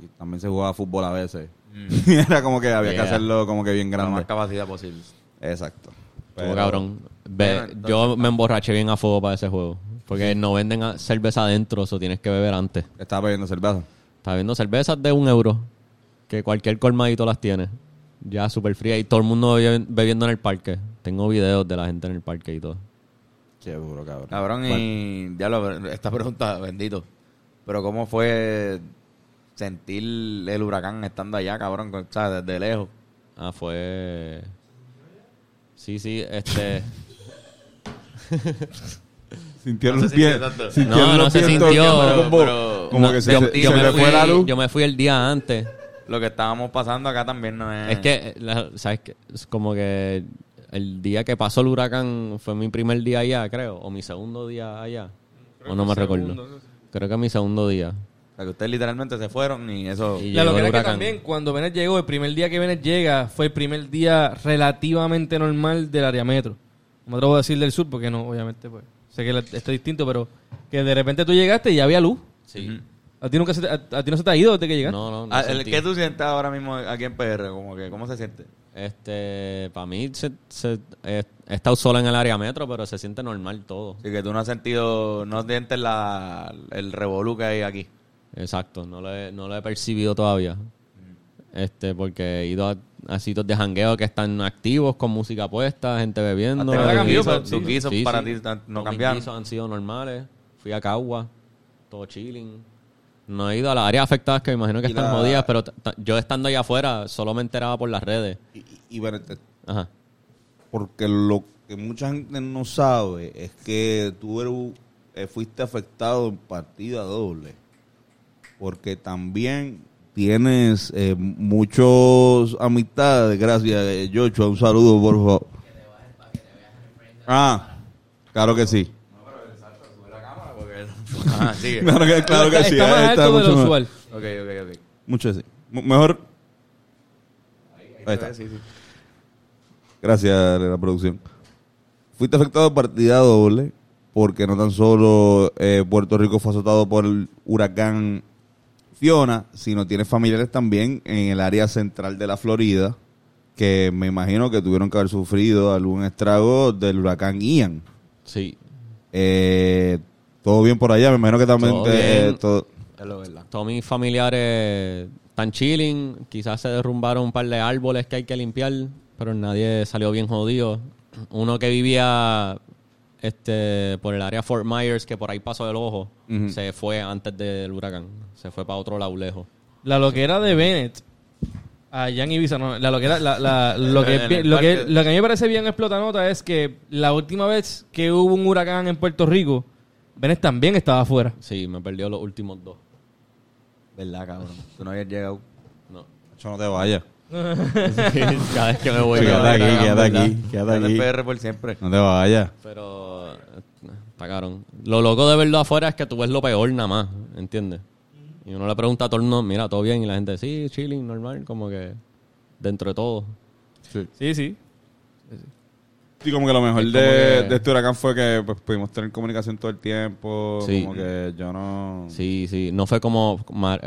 Speaker 3: y también se jugaba fútbol a veces. Y Era como que había
Speaker 2: Yeah.
Speaker 3: que hacerlo como que bien
Speaker 5: Con la más
Speaker 3: grande.
Speaker 5: capacidad posible.
Speaker 3: Exacto.
Speaker 2: Estuvo
Speaker 3: Pero- ah.
Speaker 2: cabrón. Ve-
Speaker 5: Bueno, entonces-
Speaker 2: yo me emborraché bien a fuego para ese juego. Porque no venden a- cerveza adentro, eso tienes que beber antes.
Speaker 3: Estaba bebiendo cerveza.
Speaker 2: Está viendo cervezas de un euro, que cualquier colmadito las tiene. Ya súper fría y todo el mundo bebe- bebiendo en el parque. Tengo videos de la gente en el parque y todo.
Speaker 3: Qué duro, cabrón.
Speaker 5: Cabrón, y ya lo, esta pregunta, bendito. Pero ¿cómo fue sentir el huracán estando allá, cabrón? O sea, desde lejos.
Speaker 2: Ah, fue. Sí, sí, este.
Speaker 3: Sintieron
Speaker 5: No
Speaker 3: los
Speaker 5: se sintió
Speaker 3: pies.
Speaker 5: tanto.
Speaker 3: sintieron
Speaker 2: No, no
Speaker 3: los
Speaker 2: se
Speaker 3: pies
Speaker 2: sintió,
Speaker 3: tocando,
Speaker 2: pero-
Speaker 3: como-
Speaker 5: pero-
Speaker 3: Como
Speaker 2: No,
Speaker 3: que se,
Speaker 2: yo,
Speaker 3: se-
Speaker 2: yo
Speaker 3: se
Speaker 2: me
Speaker 3: le
Speaker 2: fui,
Speaker 3: fue la luz.
Speaker 2: yo me fui el día antes.
Speaker 5: Lo que estábamos pasando acá también no
Speaker 3: Ah.
Speaker 5: es...
Speaker 2: Es que, eh, la- ¿sabes qué? Es como que el día que pasó el huracán fue mi primer día allá, creo, o mi segundo día allá. o no me recuerdo. Creo que mi segundo día.
Speaker 5: O sea, que ustedes literalmente se fueron y eso...
Speaker 2: Y
Speaker 4: La
Speaker 2: llegó el
Speaker 4: locura es que
Speaker 2: huracán.
Speaker 4: también cuando Bennett llegó, el primer día que Bennett llega fue el primer día relativamente normal del área metro. No me atrevo a decir del sur porque no, obviamente, pues sé que la- esto es distinto, pero que de repente tú llegaste y ya había luz.
Speaker 2: Sí.
Speaker 4: A ti nunca se te- a, a ti no se te ha ido desde que llegaste.
Speaker 2: No, no, no
Speaker 5: Ah, el-
Speaker 2: sentí.
Speaker 5: ¿Qué tú sientes ahora mismo aquí en PR? Como que, ¿Cómo se siente?
Speaker 2: Este, para mí, se- se- he, he estado solo en el área metro, pero se siente normal todo.
Speaker 5: Así que tú no has sentido, no sientes la, el revolú que hay aquí.
Speaker 2: Exacto, no lo he, no lo he percibido todavía.
Speaker 3: Mm.
Speaker 2: Este, porque he ido a, a sitios de jangueo que están activos, con música puesta, gente bebiendo.
Speaker 5: Hasta que la cambió,
Speaker 2: guisos-
Speaker 5: pero tus guisos para ti tan- no
Speaker 2: Mis
Speaker 5: cambiaron.
Speaker 2: guisos han sido normales. Fui a Cagua, todo chilling. No he ido a las áreas afectadas que me imagino que
Speaker 3: Y
Speaker 2: están
Speaker 3: la-
Speaker 2: jodidas, pero t- t- yo estando allá afuera solo me enteraba por las redes.
Speaker 3: Y, y- y bueno, te-
Speaker 2: Ajá.
Speaker 3: porque lo que mucha gente no sabe es que tú eres- eh, fuiste afectado en partida doble. Porque también tienes eh, muchos amistades. Gracias, eh, Joshua. Un saludo, por favor. Ah, claro que sí.
Speaker 5: Ajá, Ah, sigue.
Speaker 3: Claro que, claro que
Speaker 4: está,
Speaker 3: sí.
Speaker 4: está más
Speaker 3: eh,
Speaker 4: alto de
Speaker 3: mucho
Speaker 4: lo
Speaker 3: más-
Speaker 4: usual.
Speaker 5: Ok, ok, ok.
Speaker 3: Mucho sí. M- Mejor. Ahí está.
Speaker 5: Sí, sí.
Speaker 3: Gracias, la producción. Fuiste afectado partida doble, porque no tan solo eh, Puerto Rico fue azotado por el huracán Fiona, sino tienes familiares también en el área central de la Florida, que me imagino que tuvieron que haber sufrido algún estrago del huracán Ian.
Speaker 2: Sí,
Speaker 3: Eh, todo bien por allá, me imagino que también
Speaker 2: Todo
Speaker 3: te- eh,
Speaker 2: bien.
Speaker 3: todo-
Speaker 5: Es lo verdad.
Speaker 2: Todos mis familiares están chilling. Quizás se derrumbaron un par de árboles que hay que limpiar, pero nadie salió bien jodido. Uno que vivía este, por el área Fort Myers, que por ahí pasó el ojo, se fue antes del huracán. Se fue para otro lado lejos.
Speaker 4: La loquera de Bennett allá en Ibiza, no, la loquera, la, la- lo, que,
Speaker 5: En el
Speaker 4: lo, que,
Speaker 5: parque.
Speaker 4: lo que a mí me parece bien explotanota es que la última vez que hubo un huracán en Puerto Rico, Bennett también estaba afuera.
Speaker 2: Sí, me perdió los últimos dos.
Speaker 5: ¿Verdad, cabrón? Tú no habías llegado.
Speaker 2: No.
Speaker 3: Yo no te vayas.
Speaker 2: Cada vez que me voy.
Speaker 3: Sí,
Speaker 2: me
Speaker 3: quédate
Speaker 2: voy.
Speaker 3: aquí, quédate
Speaker 5: ¿verdad?
Speaker 3: aquí, quédate
Speaker 5: Dale
Speaker 3: aquí.
Speaker 5: PR por siempre.
Speaker 3: No te vayas.
Speaker 2: Pero eh, está cabrón. Lo loco de verlo afuera es que tú ves lo peor nada más, ¿entiendes? Y uno le pregunta a todo el mundo, mira, todo bien, y la gente, sí, chilling, normal, como que dentro de todo.
Speaker 4: Sí, sí.
Speaker 3: Sí, como que lo mejor
Speaker 2: Es
Speaker 3: de,
Speaker 2: como que-
Speaker 3: de este huracán fue que pues, pudimos tener comunicación todo el tiempo.
Speaker 2: Sí.
Speaker 3: Como que yo no.
Speaker 2: Sí, sí, no fue como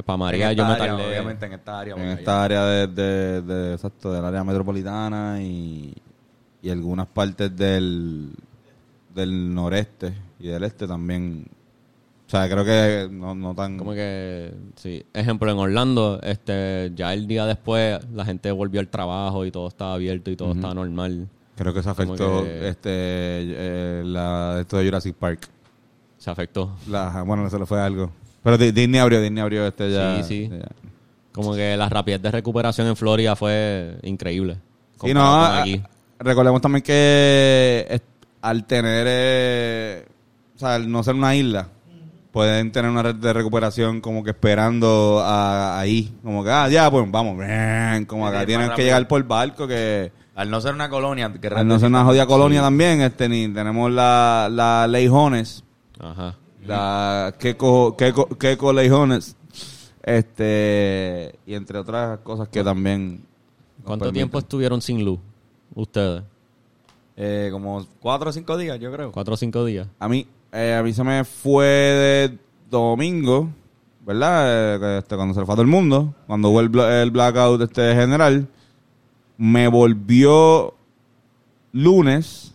Speaker 2: para María,
Speaker 5: En
Speaker 2: yo
Speaker 5: esta
Speaker 2: me
Speaker 5: área,
Speaker 2: tardé.
Speaker 5: Obviamente en esta área.
Speaker 3: En
Speaker 5: porque
Speaker 3: esta área de, de- de- exacto, del área metropolitana y, y algunas partes del, del noreste y del este también. O sea, creo que no, no tan.
Speaker 2: Como que, sí, ejemplo, en Orlando, este, ya el día después la gente volvió al trabajo y todo estaba abierto y todo estaba normal.
Speaker 3: Creo que se
Speaker 2: como
Speaker 3: afectó
Speaker 2: que-
Speaker 3: este eh, la, esto de Jurassic Park.
Speaker 2: Se afectó.
Speaker 3: La, bueno, se le fue algo. Pero Di- Disney abrió, Disney abrió este ya.
Speaker 2: Sí, sí.
Speaker 3: ya.
Speaker 2: Como que la rapidez de recuperación en Florida fue increíble.
Speaker 3: Sí, no,
Speaker 2: comparado con
Speaker 3: a-
Speaker 2: aquí.
Speaker 3: recordemos también que eh, al tener, eh, o sea, al no ser una isla, pueden tener una red de recuperación como que esperando a- ahí. Como que, ah, ya, pues vamos. Como
Speaker 5: Sí,
Speaker 3: acá
Speaker 5: más
Speaker 3: tienen que
Speaker 5: rápido.
Speaker 3: llegar por barco que...
Speaker 5: Al no ser una colonia, que
Speaker 3: Al no ser una jodida colonia también, este, ni tenemos la, la ley Jones,
Speaker 2: Ajá.
Speaker 3: la Keiko, Keiko, Keiko Ley Jones, este, y entre otras cosas que también... nos
Speaker 2: ¿Cuánto
Speaker 3: permiten.
Speaker 2: tiempo estuvieron sin luz? Ustedes.
Speaker 5: eh, como cuatro o cinco días, yo creo.
Speaker 2: ¿Cuatro o cinco días?
Speaker 3: A mí, eh, a mí se me fue de domingo, ¿verdad? Eh, que, este, cuando se le fue a todo el mundo, cuando hubo el, bla- el blackout este general, me volvió lunes,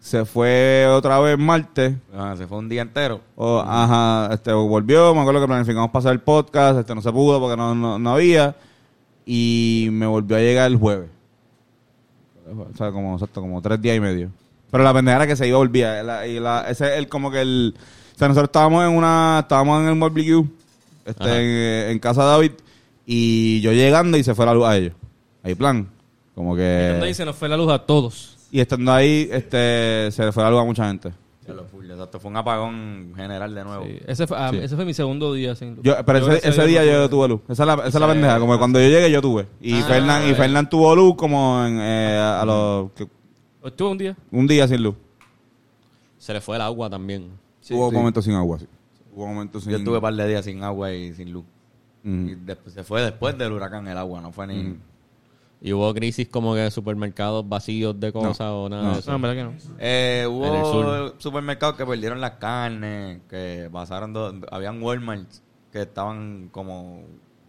Speaker 3: se fue otra vez martes,
Speaker 5: Ah, se fue un día entero.
Speaker 3: O, ajá, este, volvió, me acuerdo que planificamos pasar el podcast, este no se pudo porque no, no, no había, y me volvió a llegar el jueves. O sea, como, exacto, como tres días y medio. Pero la pendeja era que se iba a volvía. la- y la- ese es el, como que el... O sea, nosotros estábamos en una... Estábamos en el barbecue,
Speaker 2: Ajá.
Speaker 3: este, en, en casa de David, y yo llegando y se fue la luz a ellos. Ahí plan. Como
Speaker 4: Entonces ahí
Speaker 3: que...
Speaker 4: se nos fue la luz a todos.
Speaker 3: Y estando ahí, este, se le fue la luz a mucha gente.
Speaker 5: Ya lo full, exacto. Fue un apagón general de nuevo.
Speaker 4: Sí, Ese, fue, ah,
Speaker 3: Sí.
Speaker 4: ese fue mi segundo día sin luz.
Speaker 3: Yo, pero
Speaker 4: Yo
Speaker 3: ese,
Speaker 4: gracias a
Speaker 3: ese
Speaker 4: Dios
Speaker 3: día
Speaker 4: no
Speaker 3: yo
Speaker 4: tuve.
Speaker 3: tuve luz. Esa es la, esa es la pendeja. Como que cuando yo llegué, yo tuve. Y,
Speaker 5: Ah,
Speaker 3: Fernán, y
Speaker 5: eh.
Speaker 3: Fernán tuvo luz como en, eh, a los, que-
Speaker 4: Estuve un día.
Speaker 3: un día sin luz.
Speaker 2: Se le fue el agua también.
Speaker 3: hubo
Speaker 5: sí.
Speaker 3: momentos sin agua. sí. Hubo momentos sin Mm.
Speaker 5: Yo estuve un par de días sin agua y sin luz.
Speaker 3: Ujú.
Speaker 5: Y después, se fue después del huracán el agua, no fue ni...
Speaker 3: Mm.
Speaker 2: Y hubo crisis como que supermercados vacíos de cosas o nada de
Speaker 4: No,
Speaker 2: eso.
Speaker 4: en verdad que no.
Speaker 5: Eh,
Speaker 2: En el
Speaker 5: hubo
Speaker 2: sur.
Speaker 5: supermercados que perdieron las carnes, que pasaron... do- Habían Walmart que estaban como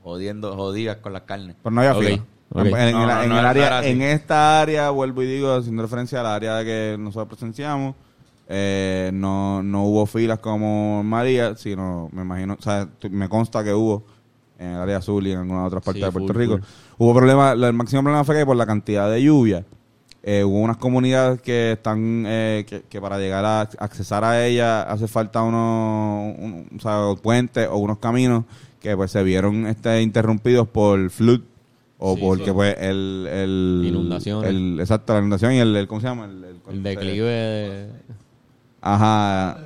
Speaker 5: jodiendo, jodidas con las carnes.
Speaker 3: Pero no había
Speaker 2: Ok,
Speaker 3: fila.
Speaker 2: ok.
Speaker 3: En, en
Speaker 5: No,
Speaker 3: el-
Speaker 5: no,
Speaker 3: en
Speaker 5: no
Speaker 3: el
Speaker 5: era
Speaker 3: área,
Speaker 5: así.
Speaker 3: en esta área, vuelvo y digo, haciendo referencia al área que nosotros presenciamos, eh, no, no hubo filas como en María, sino, me imagino, o sea, tu- me consta que hubo en el área azul y en algunas otras partes
Speaker 2: Sí,
Speaker 3: de Puerto
Speaker 2: full,
Speaker 3: Rico.
Speaker 2: full.
Speaker 3: Hubo problemas, el máximo problema fue que por la cantidad de lluvia, eh, hubo unas comunidades que están, eh, que, que para llegar a accesar a ellas hace falta unos, un- o sea, puentes o unos caminos que pues se vieron este, interrumpidos por flood o
Speaker 2: Sí,
Speaker 3: porque
Speaker 2: sí.
Speaker 3: pues el, el
Speaker 2: Inundaciones.
Speaker 3: el- exacto la inundación y el, el- cómo se llama el, el-
Speaker 2: El declive de-
Speaker 3: ajá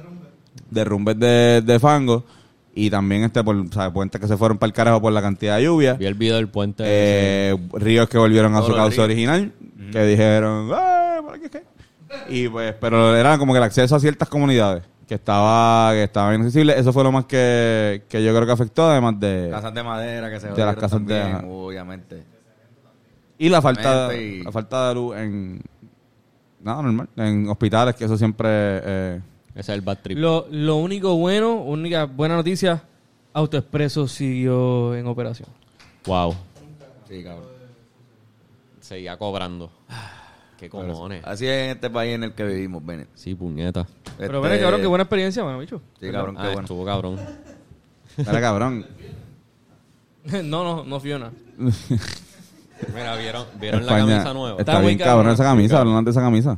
Speaker 3: derrumbes de, de fango y también este por o sea, puentes que se fueron para el carajo por la cantidad de lluvia
Speaker 2: Vi el video del puente.
Speaker 3: eh, ríos que volvieron a
Speaker 5: Todos
Speaker 3: su
Speaker 5: los
Speaker 3: causa
Speaker 5: ríos.
Speaker 3: original, que dijeron, "Ah, por aquí es que". Y pues, pero era como que el acceso a ciertas comunidades que estaba, que estaba inaccesible. Eso fue lo más que, que yo creo que afectó, además de.
Speaker 5: Casas de madera que se
Speaker 3: Eh, De las
Speaker 5: jodieron
Speaker 3: casas de-
Speaker 5: también, obviamente.
Speaker 3: Y la falta,
Speaker 5: Y-
Speaker 3: la falta de luz en. Nada, normal. En hospitales, que eso siempre. eh,
Speaker 2: Ese es el bad trip.
Speaker 4: Lo, lo único bueno, única buena noticia, AutoExpreso siguió en operación.
Speaker 2: Wow.
Speaker 5: Sí, cabrón.
Speaker 2: Seguía cobrando. Qué cojones.
Speaker 5: Así es en este país en el que vivimos, Bennett.
Speaker 2: Sí, puñeta.
Speaker 4: Pero
Speaker 5: Este-
Speaker 4: bueno, cabrón, qué buena experiencia, bueno, bicho.
Speaker 5: Sí, cabrón,
Speaker 2: Ah,
Speaker 5: qué bueno.
Speaker 2: estuvo cabrón.
Speaker 3: era cabrón.
Speaker 4: no, no, no Fiona.
Speaker 2: Mira, vieron, vieron la
Speaker 3: España
Speaker 2: camisa nueva.
Speaker 3: Está,
Speaker 4: Está muy
Speaker 3: bien cabrón
Speaker 4: cabrona.
Speaker 3: esa camisa, hablando de esa camisa.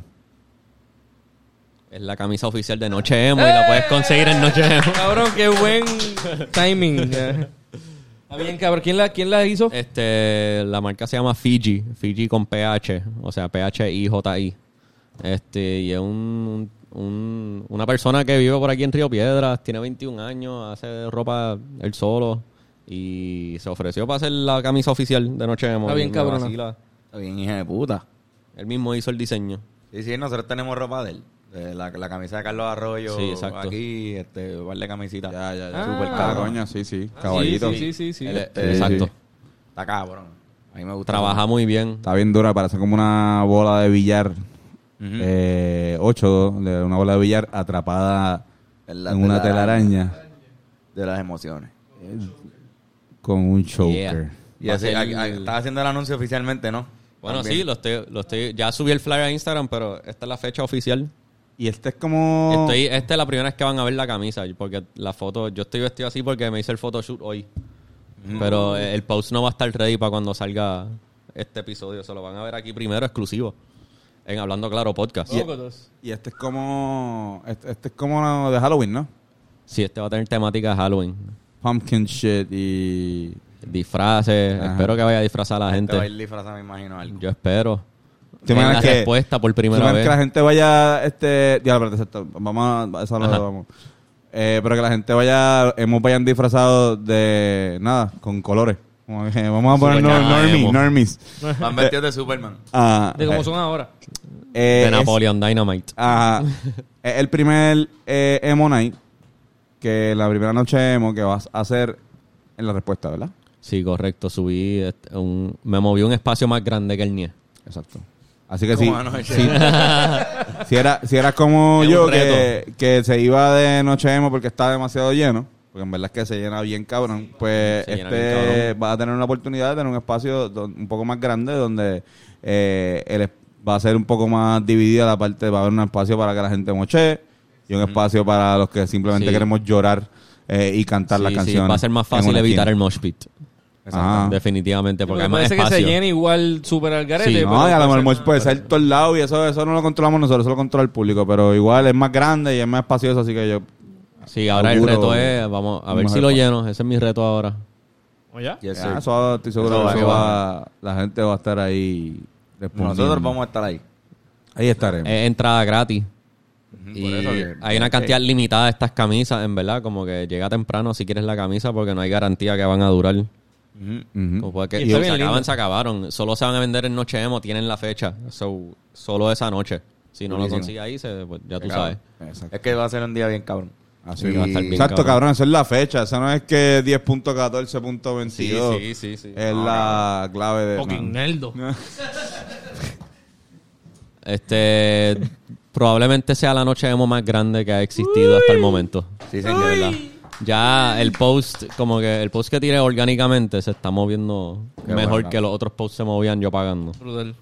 Speaker 2: Es la camisa oficial de Noche Emo y la puedes conseguir en Noche Emo.
Speaker 4: Cabrón, qué buen timing. eh. Está bien, cabrón. ¿Quién la, quién la hizo?
Speaker 3: Eh,
Speaker 2: Este, la marca se llama Fiji, Fiji con PH, o sea, P-H-I-J-I. Este, y es un, un- una persona que vive por aquí en Río Piedras, tiene 21 años, hace ropa él solo y se ofreció para hacer la camisa oficial de Noche Emo.
Speaker 4: Está bien,
Speaker 2: Y me
Speaker 4: cabrona.
Speaker 2: vacila.
Speaker 5: Está bien, hija de puta.
Speaker 2: Él mismo hizo el diseño.
Speaker 5: Sí, sí, nosotros tenemos ropa de él. Eh, la, la camisa de Carlos Arroyo.
Speaker 2: Sí, exacto.
Speaker 5: Aquí, este, un par de camisitas.
Speaker 3: Ya, ya,
Speaker 4: ya.
Speaker 5: Súper
Speaker 4: Ah.
Speaker 3: Ah,
Speaker 5: cabrón.
Speaker 3: coño, sí, sí. Caballito.
Speaker 4: Sí, sí, sí. sí.
Speaker 2: Él es-
Speaker 5: este, Sí,
Speaker 2: exacto.
Speaker 3: sí.
Speaker 5: Está cabrón. A mí me gusta.
Speaker 2: Trabaja muy bien.
Speaker 3: Está bien dura, parece como una bola de billar. eh, ocho, de una bola de billar atrapada
Speaker 5: En la
Speaker 3: en una
Speaker 5: telaraña.
Speaker 3: telaraña
Speaker 5: De las emociones.
Speaker 3: con un choker.
Speaker 2: Yeah.
Speaker 5: Y
Speaker 2: Va a
Speaker 5: así,
Speaker 2: ser-
Speaker 5: a- a- estaba haciendo el anuncio oficialmente, ¿no?
Speaker 2: Bueno,
Speaker 5: También.
Speaker 2: sí, lo estoy, lo estoy, ya subí el flyer a Instagram, pero esta es la fecha oficial.
Speaker 3: Y este es como...
Speaker 2: Estoy, esta es la primera vez que van a ver la camisa, porque la foto, yo estoy vestido así porque me hice el photoshoot hoy.
Speaker 3: Mm.
Speaker 2: Pero eh, el post no va a estar ready para cuando salga este episodio. Se lo van a ver aquí primero, exclusivo. En Hablando Claro Podcast.
Speaker 4: Locos.
Speaker 3: Y este es como... Este, este es como de Halloween, ¿no?
Speaker 2: Sí, este va a tener temática de Halloween.
Speaker 3: Pumpkin shit y...
Speaker 2: Disfraces.
Speaker 3: Ajá. Este
Speaker 2: Espero que vaya a disfrazar a la
Speaker 5: Te va a
Speaker 2: gente.
Speaker 5: ir disfrazado, me imagino, algo.
Speaker 2: Yo espero.
Speaker 3: ¿Te
Speaker 2: Vean
Speaker 3: imaginas
Speaker 2: la
Speaker 3: que-
Speaker 2: respuesta por
Speaker 3: Supongo
Speaker 2: primera
Speaker 3: que la
Speaker 2: vez.
Speaker 3: gente vaya... este Diablo, espérate, exacto. Vamos a... Eso lo
Speaker 2: Ajá.
Speaker 3: vamos. Eh, pero que la gente vaya, hemos vayan disfrazados de nada, con colores. Como que Vamos a poner
Speaker 2: Super
Speaker 3: nor-
Speaker 2: nada,
Speaker 3: normies,
Speaker 2: emo.
Speaker 3: normies.
Speaker 5: Van vestidos de Superman.
Speaker 3: Ah,
Speaker 4: De como
Speaker 3: eh,
Speaker 4: son ahora.
Speaker 3: eh,
Speaker 2: de
Speaker 3: es-
Speaker 2: Napoleon Dynamite.
Speaker 3: Ajá. Es el primer eh, Emo Night, que la primera noche Emo que vas a hacer en la respuesta, ¿verdad?
Speaker 2: Sí, correcto. Subí, este, un- me moví un espacio más grande que el NIE.
Speaker 3: Exacto. Así que sí,
Speaker 5: Como anoche.
Speaker 3: sí, si era, si era como
Speaker 5: Es un
Speaker 3: yo
Speaker 5: reto.
Speaker 3: que, que se iba de noche emo porque estaba demasiado lleno, porque en verdad es que se llena bien cabrón, pues
Speaker 2: Se llena
Speaker 3: este
Speaker 2: bien cabrón.
Speaker 3: va a tener una oportunidad de tener un espacio don- un poco más grande donde eh, el es- va a ser un poco más dividida la parte, va a haber un espacio para que la gente moche y un espacio para los que simplemente
Speaker 2: Sí.
Speaker 3: queremos llorar eh, y cantar
Speaker 2: Sí,
Speaker 3: las
Speaker 2: sí,
Speaker 3: canciones.
Speaker 2: va a ser más
Speaker 3: en
Speaker 2: fácil
Speaker 3: una
Speaker 2: evitar el
Speaker 3: esquina.
Speaker 2: mosh pit.
Speaker 3: Ajá.
Speaker 2: Definitivamente, porque
Speaker 4: Porque
Speaker 2: hay más
Speaker 4: parece
Speaker 2: espacio.
Speaker 4: que se llena igual super al garete.
Speaker 2: Sí,
Speaker 4: pero
Speaker 3: No, y a lo
Speaker 4: puede
Speaker 3: mejor
Speaker 4: ser-
Speaker 3: puede ser todo el lado y eso, eso no lo controlamos nosotros, eso lo controla el público, pero igual es más grande y es más espacioso, así que yo...
Speaker 2: Sí, ahora el
Speaker 3: Seguro.
Speaker 2: reto es, vamos a ver
Speaker 3: Vamos a
Speaker 2: si lo
Speaker 3: ver.
Speaker 2: lleno. Ese es mi reto ahora.
Speaker 4: ¿O ya?
Speaker 5: Yes,
Speaker 3: Ah,
Speaker 5: sir.
Speaker 3: eso estoy seguro
Speaker 5: Eso
Speaker 3: que eso
Speaker 5: va, eso
Speaker 3: va- la gente va a estar ahí respondiendo.
Speaker 5: Nosotros vamos a estar ahí.
Speaker 3: Ahí estaremos.
Speaker 2: Es entrada gratis.
Speaker 5: Por
Speaker 2: Y
Speaker 5: eso que-
Speaker 2: hay una cantidad limitada de estas camisas, en verdad. Como que llega temprano si quieres la camisa porque no hay garantía que van a durar.
Speaker 3: Ujú.
Speaker 2: Como puede que-
Speaker 4: Y
Speaker 2: y
Speaker 4: está
Speaker 2: se
Speaker 4: bien
Speaker 2: acaban,
Speaker 4: lindo.
Speaker 2: se acabaron. Solo se van a vender en Noche Emo, tienen la fecha. So, solo esa noche. Si no
Speaker 5: Buenísimo.
Speaker 2: lo consigues ahí, se- pues, ya tú
Speaker 5: Claro.
Speaker 2: sabes.
Speaker 3: Exacto.
Speaker 5: Es que va a ser un día bien cabrón.
Speaker 3: Así
Speaker 5: Y-
Speaker 3: va a estar bien, Exacto, cabrón. esa es la fecha. Esa no es que 10.14.22
Speaker 2: Sí, sí, sí, sí.
Speaker 3: es la clave de...
Speaker 4: Fucking
Speaker 3: no.
Speaker 4: nerdo.
Speaker 2: Este probablemente sea la noche emo más grande que ha existido hasta el momento.
Speaker 5: Sí, señor.
Speaker 2: De verdad. Ya el post, como que el post que tiré orgánicamente se está moviendo
Speaker 5: Qué
Speaker 2: mejor
Speaker 5: bueno.
Speaker 2: que los otros posts se movían yo pagando.
Speaker 4: Brutal.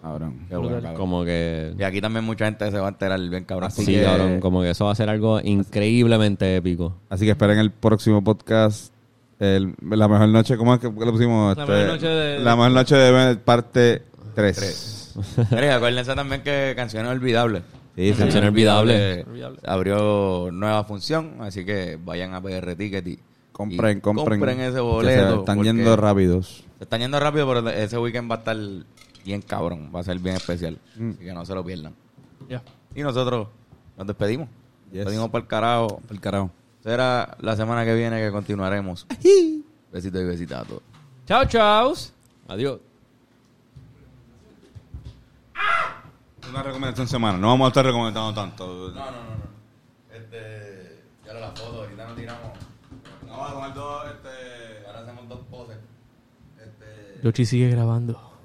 Speaker 3: Cabrón.
Speaker 5: Qué bueno, cabrón.
Speaker 2: Como que
Speaker 5: Y aquí también mucha gente se va a enterar bien cabrón.
Speaker 3: Así
Speaker 2: sí,
Speaker 3: que-
Speaker 2: cabrón, como que eso va a ser algo increíblemente épico.
Speaker 3: Así que esperen el próximo podcast. el- la mejor noche, ¿cómo es que le pusimos?
Speaker 4: La
Speaker 3: Este,
Speaker 4: mejor noche de-
Speaker 3: La mejor noche de parte 3.
Speaker 5: Mira, y acuérdense también que Canciones Olvidables.
Speaker 3: Sí, sí.
Speaker 2: Canción olvidable.
Speaker 5: Olvidable. Abrió nueva función, así que vayan a PR Ticket y
Speaker 3: Compren,
Speaker 5: y
Speaker 3: compren.
Speaker 5: compren ese
Speaker 3: Que se
Speaker 5: boleto.
Speaker 3: están
Speaker 5: porque
Speaker 3: yendo rápidos.
Speaker 5: Se están yendo rápido, pero ese weekend va a estar bien cabrón. Va a ser bien especial.
Speaker 3: Mm.
Speaker 5: Así que no se lo pierdan.
Speaker 4: Ya.
Speaker 5: Y nosotros nos despedimos.
Speaker 3: Yes.
Speaker 5: Nos despedimos por el carajo.
Speaker 3: El carajo.
Speaker 5: Será la semana que viene que continuaremos. Besitos y besitas a todos.
Speaker 4: Chao, chao.
Speaker 2: Adiós.
Speaker 3: Una recomendación semana. No vamos a estar recomendando tanto. No, no,
Speaker 5: Este, ya la foto, ahorita nos tiramos.
Speaker 3: no. Vamos a tomar dos, este...
Speaker 5: Ahora hacemos dos poses. Este,
Speaker 4: Yoshi sigue grabando.